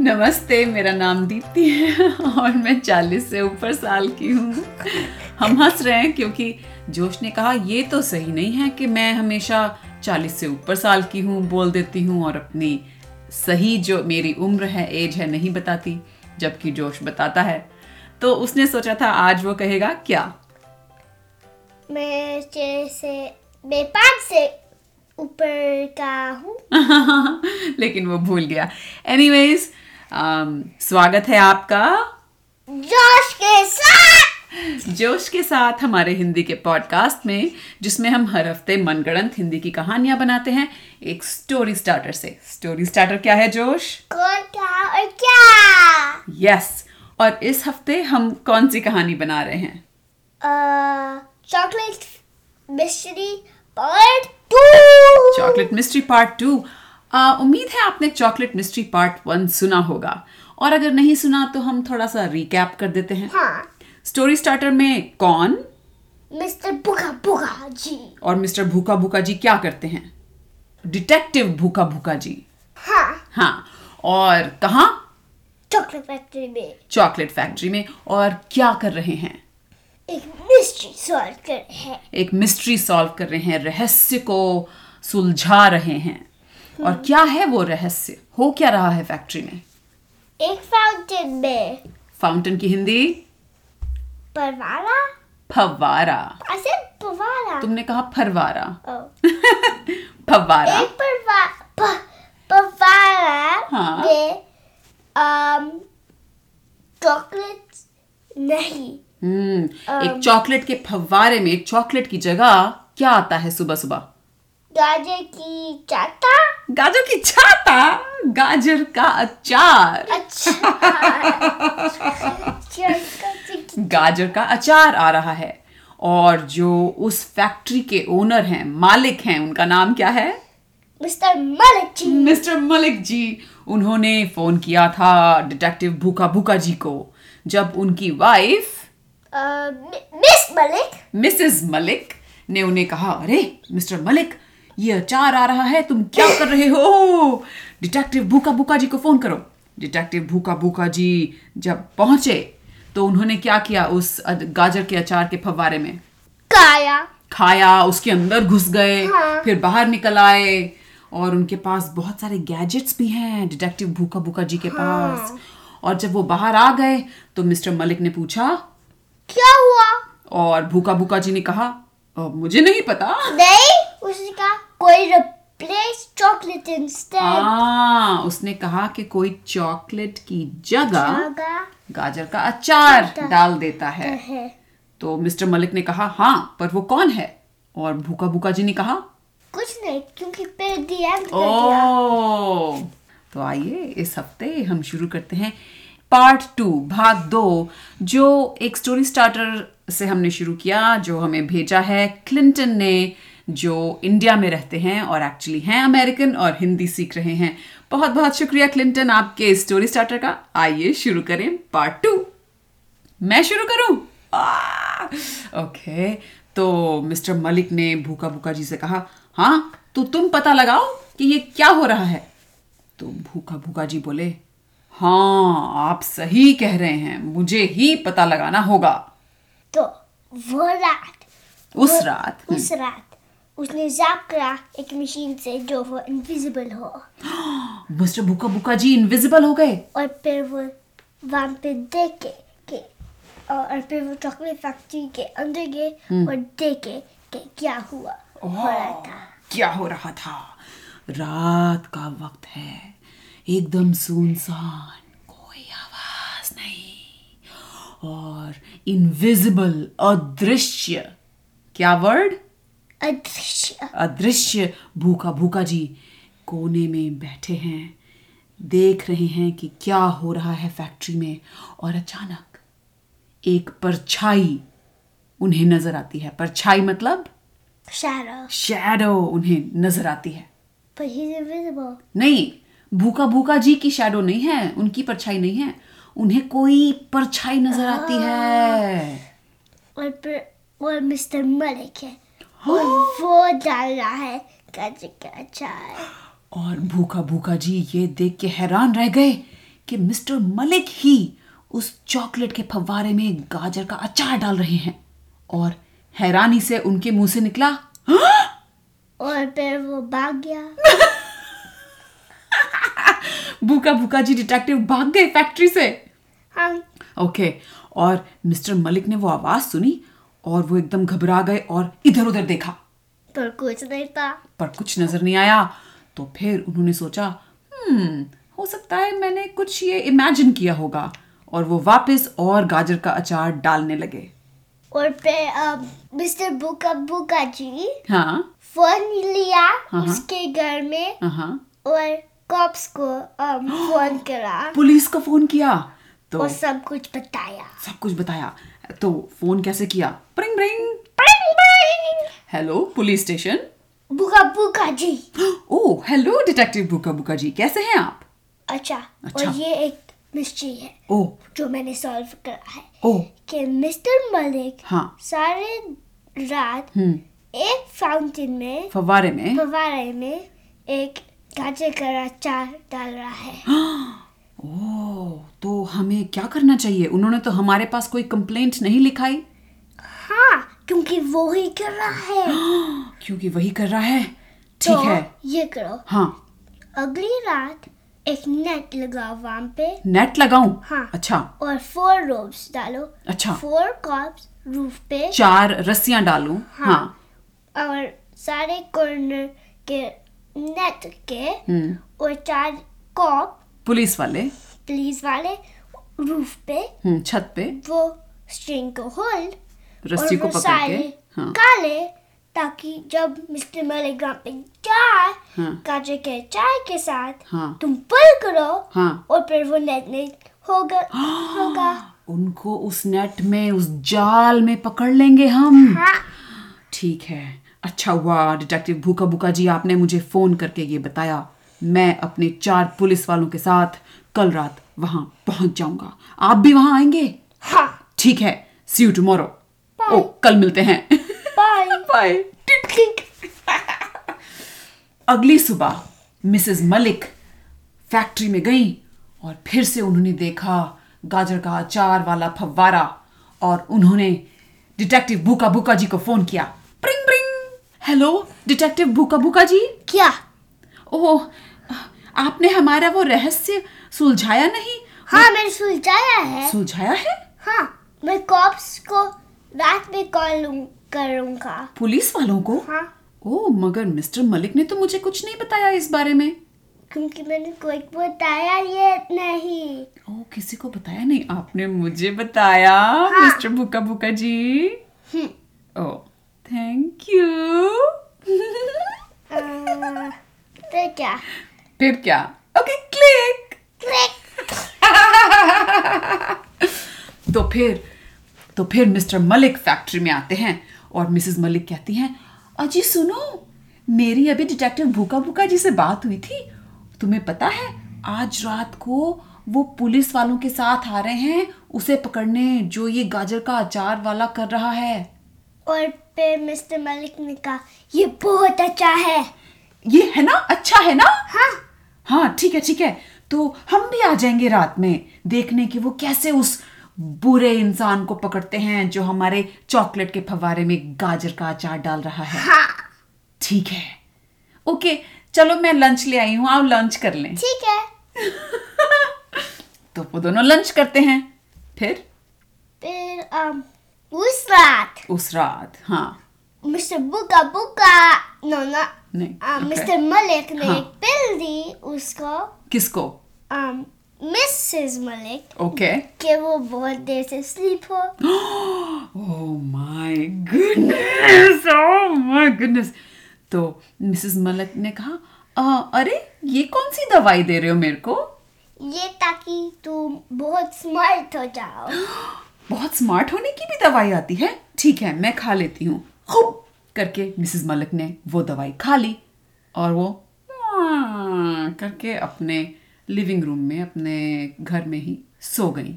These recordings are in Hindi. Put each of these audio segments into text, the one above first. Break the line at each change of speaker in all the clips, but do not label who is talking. नमस्ते मेरा नाम दीप्ति है और मैं 40 से ऊपर साल की हूँ हम हंस रहे हैं क्योंकि जोश ने कहा ये तो सही नहीं है कि मैं हमेशा 40 से ऊपर साल की हूँ बोल देती हूँ और अपनी सही जो मेरी उम्र है एज है नहीं बताती जबकि जोश बताता है तो उसने सोचा था आज वो कहेगा क्या
मैं जैसे मैं पाँच से ऊपर का हूँ
लेकिन वो भूल गया एनीवेज स्वागत है आपका
जोश के साथ
जोश के साथ हमारे हिंदी के पॉडकास्ट में जिसमें हम हर हफ्ते मनगढ़ंत हिंदी की कहानियां बनाते हैं एक स्टोरी स्टार्टर से स्टोरी स्टार्टर क्या है जोश
कौन कहा और क्या
यस और इस हफ्ते हम कौन सी कहानी बना रहे हैं
chocolate mystery part two
chocolate mystery part two उम्मीद है आपने चॉकलेट मिस्ट्री पार्ट वन सुना होगा और अगर नहीं सुना तो हम थोड़ा सा रिकैप कर देते हैं
हाँ
स्टोरी स्टार्टर में कौन
मिस्टर बुका बुका जी
और मिस्टर भूखा भूखा जी क्या करते हैं डिटेक्टिव भूखा भूखा जी
हाँ
हाँ और कहाँ
चॉकलेट फैक्ट्री में
चॉकलेट फैक्ट्री में और क्या कर रहे हैं
एक मिस्ट्री सॉल्व कर रहे हैं
एक मिस्ट्री सॉल्व कर रहे हैं रहस्य को सुलझा रहे हैं और क्या है वो रहस्य हो क्या रहा है फैक्ट्री में
एक फाउंटेन में
फाउंटेन की हिंदी
परवारा
फवारा
ऐसे परवारा
तुमने कहा फरवारा
ओ,
फवारा
एक परवा प- परवारा
हाँ।
में अम चॉकलेट नहीं
हम्म एक चॉकलेट के फवारे में चॉकलेट की जगह क्या आता है सुबह सुबह
गाजर की चाटा
गाजर की छाता गाजर का अचार
अच्छा चॉकलेट की-
गाजर का अचार आ रहा है और जो उस फैक्ट्री के ओनर हैं मालिक हैं उनका नाम क्या है
मिस्टर मलिक जी
मिस्टर मलिक जी उन्होंने फोन किया था डिटेक्टिव भूखा भूखा जी को जब उनकी वाइफ
अ, मि- मिस मलिक
मिसेस मलिक ने उन्हें कहा अरे मिस्टर मलिक ये अचार आ रहा है तुम क्या कर रहे हो डिटेक्टिव भूखा भूखा जी को फोन करो डिटेक्टिव भूखा भूखा जी जब पहुंचे तो उन्होंने क्या किया उस अद- गाजर के अचार के फव्वारे में
काया
खाया उसके अंदर घुस गए
हाँ।
फिर बाहर निकल आए और उनके पास बहुत सारे गैजेट्स भी हैं डिटेक्टिव भूखा भूखा जी के पास और जब वो बाहर आ गए तो मिस्टर मलिक ने पूछा
क्या हुआ
और भूखा भूखा जी ने कहा "अ, मुझे नहीं पता
नहीं उसने कहा कोई रिप्लेस चॉकलेट
Ah.
इंस्टेंट
आ, हाँ, उसने कहा कि कोई चॉकलेट की जगह
होगा
गाजर का अचार डाल देता है
है
तो मिस्टर मलिक ने कहा हाँ पर वो कौन है और भूखा भूखा जी ने कहा
कुछ नहीं क्योंकि पे डीएम कर दिया
ओ तो आइए इस हफ्ते हम शुरू करते हैं पार्ट टू भाग दो जो एक स्टोरी स्टार्टर से हमने शुरू किया जो हमें भेजा है क्लिंटन ने जो इंडिया में रहते हैं और एक्चुअली हैं अमेरिकन और हिंदी सीख रहे हैं बहुत बहुत शुक्रिया क्लिंटन आपके इस स्टोरी स्टार्टर का आइए शुरू करें पार्ट टू मैं शुरू करूं आह! ओके तो मिस्टर मलिक ने भूखा भूखा जी से कहा हाँ तो तुम पता लगाओ कि ये क्या हो रहा है तो भूखा भूखा जी बोले हाँ आप सही कह रहे हैं मुझे ही पता लगाना होगा
तो वो रात
उस
वो-
रात हम्म।
उस रात उसने जाप करा एक मशीन से जो वो इनविजिबल हो
मिस्टर भूखा भूखा जी इनविजिबल हो गए
और फिर वो वहाँ पे देखे के और और फिर वो चॉकलेट फैक्ट्री के अंदर गए
हम्म।
और देखे के क्या हुआ हो रहा था
क्या हो रहा था रात का वक्त है एकदम सुनसान कोई आवाज नहीं और इनविजिबल अदृश्य क्या वर्ड
अदृश्य
अदृश्य भूखा भूखा जी कोने में बैठे हैं देख रहे हैं कि क्या हो रहा है फैक्ट्री में और अचानक एक परछाई उन्हें नजर आती है परछाई मतलब
shadow,
शैडो उन्हें नजर आती है
but he's invisible.
नहीं भूखा भूखा जी की शैडो नहीं है उनकी परछाई नहीं है उन्हें कोई परछाई नजर आती है
और फिर और मिस्टर मलिक है
हाँ।
और वो डाल रहा है गाजर का अचार
और भूखा भूखा जी ये देख के हैरान रह गए कि मिस्टर मलिक ही उस चॉकलेट के फव्वारे में गाजर का अचार डाल रहे हैं और हैरानी से उनके मुंह से निकला "हाँ!"
और फिर वो भाग गया
भूखा भूखा जी डिटेक्टिव भाग गए फैक्ट्री से
हाँ
ओके और मिस्टर मलिक ने वो आवाज सुनी और वो एकदम घबरा गए और इधर उधर देखा
पर कुछ नहीं था
पर कुछ नजर नहीं आया तो फिर उन्होंने सोचा हम्म हो सकता है मैंने कुछ ये इमेजिन किया होगा और वो वापस और गाजर का अचार डालने लगे
और फिर अब मिस्टर बुका बुका जी
हाँ
फोन लिया
हाँ।
उसके घर में
हाँ
और कॉप्स को um, फोन करा
पुलिस को फोन किया तो
और सब कुछ बताया
सब कुछ बताया तो फोन कैसे किया प्रिंग प्रिंग हेलो पुलिस स्टेशन
बुका बुका ji
oh hello detective Buka बुका जी कैसे हैं आप
अच्छा,
अच्छा।
और ये एक मिस्ट्री है
ओ
जो मैंने सॉल्व करा है
ओ
कि मिस्टर मलिक
हाँ।
सारे रात
हम्म
एक फाउंटेन में
फवारे में
फवारे में एक गाजर का अचार डाल रहा है
ओ तो हमें क्या करना चाहिए उन्होंने तो हमारे पास कोई कंप्लेंट नहीं लिखाई
हाँ क्योंकि वो ही कर रहा है
क्योंकि वही कर रहा है ठीक
तो
है
ये करो
हाँ
अगली रात एक नेट लगाओ वहाँ पे
नेट लगाऊं
हाँ।
अच्छा
और फोर रोप्स डालो
अच्छा
फोर कॉप्स रूफ पे
चार रस्सियां डालूं
हाँ।
हाँ
और सारे कॉर्नर के नेट के
हम्म
और चार कॉप
पुलिस वाले
पुलिस वाले रूफ पे
हम्म छत पे
वो स्ट्रिंग को होल्ड
रस्सी को पकड़ के हाँ
काले ताकि जब मिस्टर मलिक वहाँ पे जाए
हाँ।
गाजर के चाय के साथ
हाँ।
तुम पुल करो
हाँ।
और फिर वो नेट नहीं होगा होगा
उनको उस नेट में उस जाल में पकड़ लेंगे हम
हाँ
ठीक है अच्छा हुआ डिटेक्टिव भूखा भूखा जी आपने मुझे फोन करके ये बताया मैं अपने चार पुलिस वालों के साथ कल रात वहां पहुंच जाऊंगा आप भी वहां आएंगे
हाँ
ठीक है सी यू टुमारो ओ कल मिलते हैं
बाय
बाय अगली सुबह मिसेस मलिक फैक्ट्री में गई और फिर से उन्होंने देखा गाजर का अचार वाला फव्वारा और उन्होंने डिटेक्टिव भूका भूका जी को फोन किया प्रिंग प्रिंग हेलो डिटेक्टिव भूका भूका जी
क्या
ओह आपने हमारा वो रहस्य सुलझाया नहीं
हाँ मैंने सुलझाया है
सुलझाया है
हाँ मैं कॉप्स को रात में कॉल करूँगा
पुलिस वालों को
हाँ
ओह मगर मिस्टर मलिक ने तो मुझे कुछ नहीं बताया इस बारे में
क्योंकि मैंने कोई को बताया ये नहीं
ओ किसी को बताया नहीं आपने मुझे बताया मिस्टर भूका भूका जी
हम्म।
ओ थैंक यू
अह, तो क्या
फिर क्या ओके क्लिक तो फिर तो फिर मिस्टर मलिक फैक्ट्री में आते हैं और मिसेस मलिक कहती हैं अजी सुनो मेरी अभी डिटेक्टिव भूखा भूखा जी से बात हुई थी तुम्हें पता है आज रात को वो पुलिस वालों के साथ आ रहे हैं उसे पकड़ने जो ये गाजर का अचार वाला कर रहा है
और फिर मिस्टर मलिक ने कहा ये बहुत अच्छा है
ये है ना अच्छा है ना
हाँ
हाँ ठीक है ठीक है तो हम भी आ जाएंगे रात में देखने कि वो कैसे उस बुरे इंसान को पकड़ते हैं जो हमारे चॉकलेट के फवारे में गाजर का अचार डाल रहा है
हाँ
ठीक है ओके चलो मैं लंच ले आई हूँ आओ लंच कर लें
ठीक है
तो वो दोनों लंच करते हैं फिर
फिर अम, उस रात
उस रात हाँ
मिस्टर बुका बुका नो ना
नहीं
अम,
okay.
मिस्टर मलिक ने
हाँ।
एक पिल दी उसको
किसको
अम, मिसेस मलिक
ओके
कि वो बहुत देर से स्लीप हो
Oh my goodness! Oh my goodness! तो मिसेस मलिक ने कहा "अ, अरे ये कौन सी दवाई दे रहे हो मेरे को
ये ताकि तुम बहुत स्मार्ट हो जाओ
बहुत स्मार्ट होने की भी दवाई आती है ठीक है मैं खा लेती हूँ खूब करके मिसेस मलिक ने वो दवाई खा ली और वो "म्वाँ" करके अपने लिविंग रूम में अपने घर में ही सो गई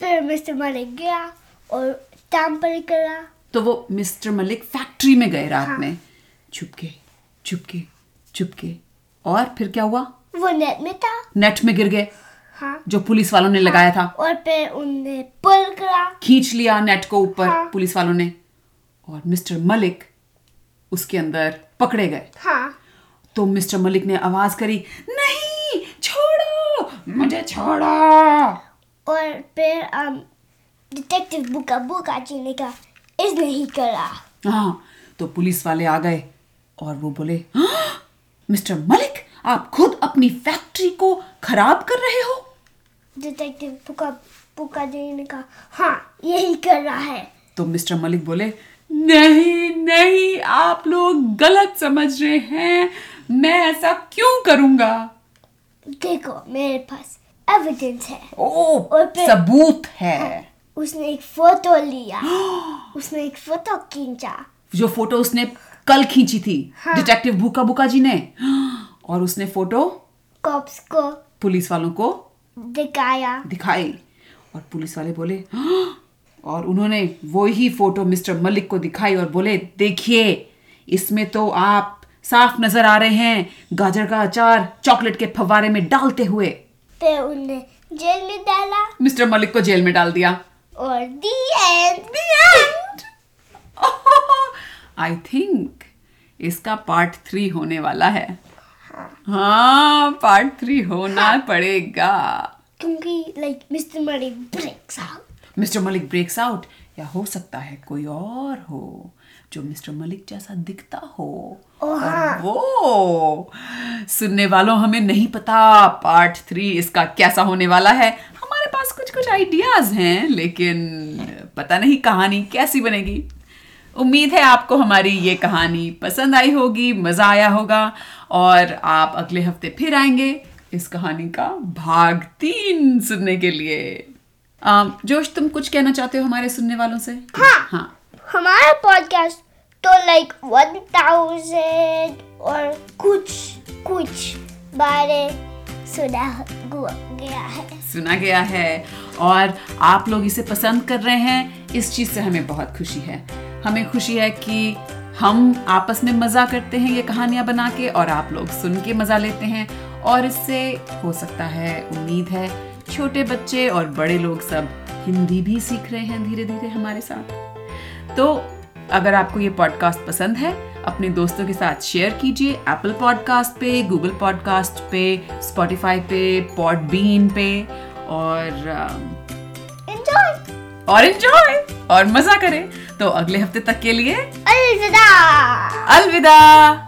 फिर मिस्टर मलिक गया और टैम्पर करा
तो वो मिस्टर मलिक फैक्ट्री में गए रात
हाँ।
में चुपके चुपके चुपके और फिर क्या हुआ
वो नेट में था
नेट में गिर गए
हाँ
जो पुलिस वालों ने लगाया था
और फिर उनने पुल करा
खींच लिया नेट को ऊपर
हाँ।
पुलिस वालों ने और मिस्टर मलिक उसके अंदर पकड़े गए
हाँ
तो मिस्टर मलिक ने आवाज करी नहीं छोड़ो मुझे छोड़ो
और फिर um, डिटेक्टिव बुका बुका जी ने कहा इस नहीं करा
हाँ तो पुलिस वाले आ गए और वो बोले "हाँ, मिस्टर मलिक आप खुद अपनी फैक्ट्री को खराब कर रहे हो
डिटेक्टिव बुका बुका जी ने कहा हाँ यही कर रहा है
तो मिस्टर मलिक बोले नहीं नहीं आप लोग गलत समझ रहे हैं मैं ऐसा क्यों करूंगा
देखो मेरे पास एविडेंस है
ओ
और फिर-
सबूत है
उसने एक फोटो लिया उसने एक फोटो खींचा
जो फोटो उसने कल खींची थी
हाँ।
डिटेक्टिव भूखा भूखा जी ने और उसने फोटो
कॉप्स को
पुलिस वालों को
दिखाया
दिखाई और पुलिस वाले बोले "हाँ!" और उन्होंने वो ही फोटो मिस्टर मलिक को दिखाई और बोले देखिए इसमें तो आप साफ नजर आ रहे हैं गाजर का अचार चॉकलेट के फव्वारे में डालते हुए
फिर उन्हें जेल में डाला
मिस्टर मलिक को जेल में डाल दिया
और दी एंड
आई थिंक इसका पार्ट थ्री होने वाला है हाँ पार्ट थ्री होना पड़ेगा
क्योंकि लाइक मिस्टर मरी breaks out
mister Malik breaks out या हो सकता है कोई और हो जो मिस्टर मलिक जैसा दिखता हो
ओ
और
हाँ।
वो सुनने वालों हमें नहीं पता पार्ट थ्री इसका कैसा होने वाला है हमारे पास कुछ कुछ आइडियाज हैं लेकिन पता नहीं कहानी कैसी बनेगी उम्मीद है आपको हमारी ये कहानी पसंद आई होगी मज़ा आया होगा और आप अगले हफ्ते फिर आएंगे इस कहानी का भाग तीन सुनने के लिए अम, जोश तुम कुछ कहना चाहते हो हमारे सुनने वालों से
हाँ।
हाँ
हमारा पॉडकास्ट तो लाइक 1000 और कुछ कुछ बारे सुना हुआ गया है
सुना गया है और आप लोग इसे पसंद कर रहे हैं इस चीज़ से हमें बहुत खुशी है हमें खुशी है कि हम आपस में मज़ा करते हैं ये कहानियाँ बना के और आप लोग सुन के मज़ा लेते हैं और इससे हो सकता है उम्मीद है छोटे बच्चे और बड़े लोग सब हिंदी भी सीख रहे हैं धीरे धीरे हमारे साथ तो अगर आपको ये पॉडकास्ट पसंद है अपने दोस्तों के साथ शेयर कीजिए एप्पल पॉडकास्ट पे गूगल पॉडकास्ट पे स्पॉटिफाई पे पॉडबीन पे और अम,
एंजॉय
और एंजॉय और मजा करें तो अगले हफ्ते तक के लिए
अलविदा
अलविदा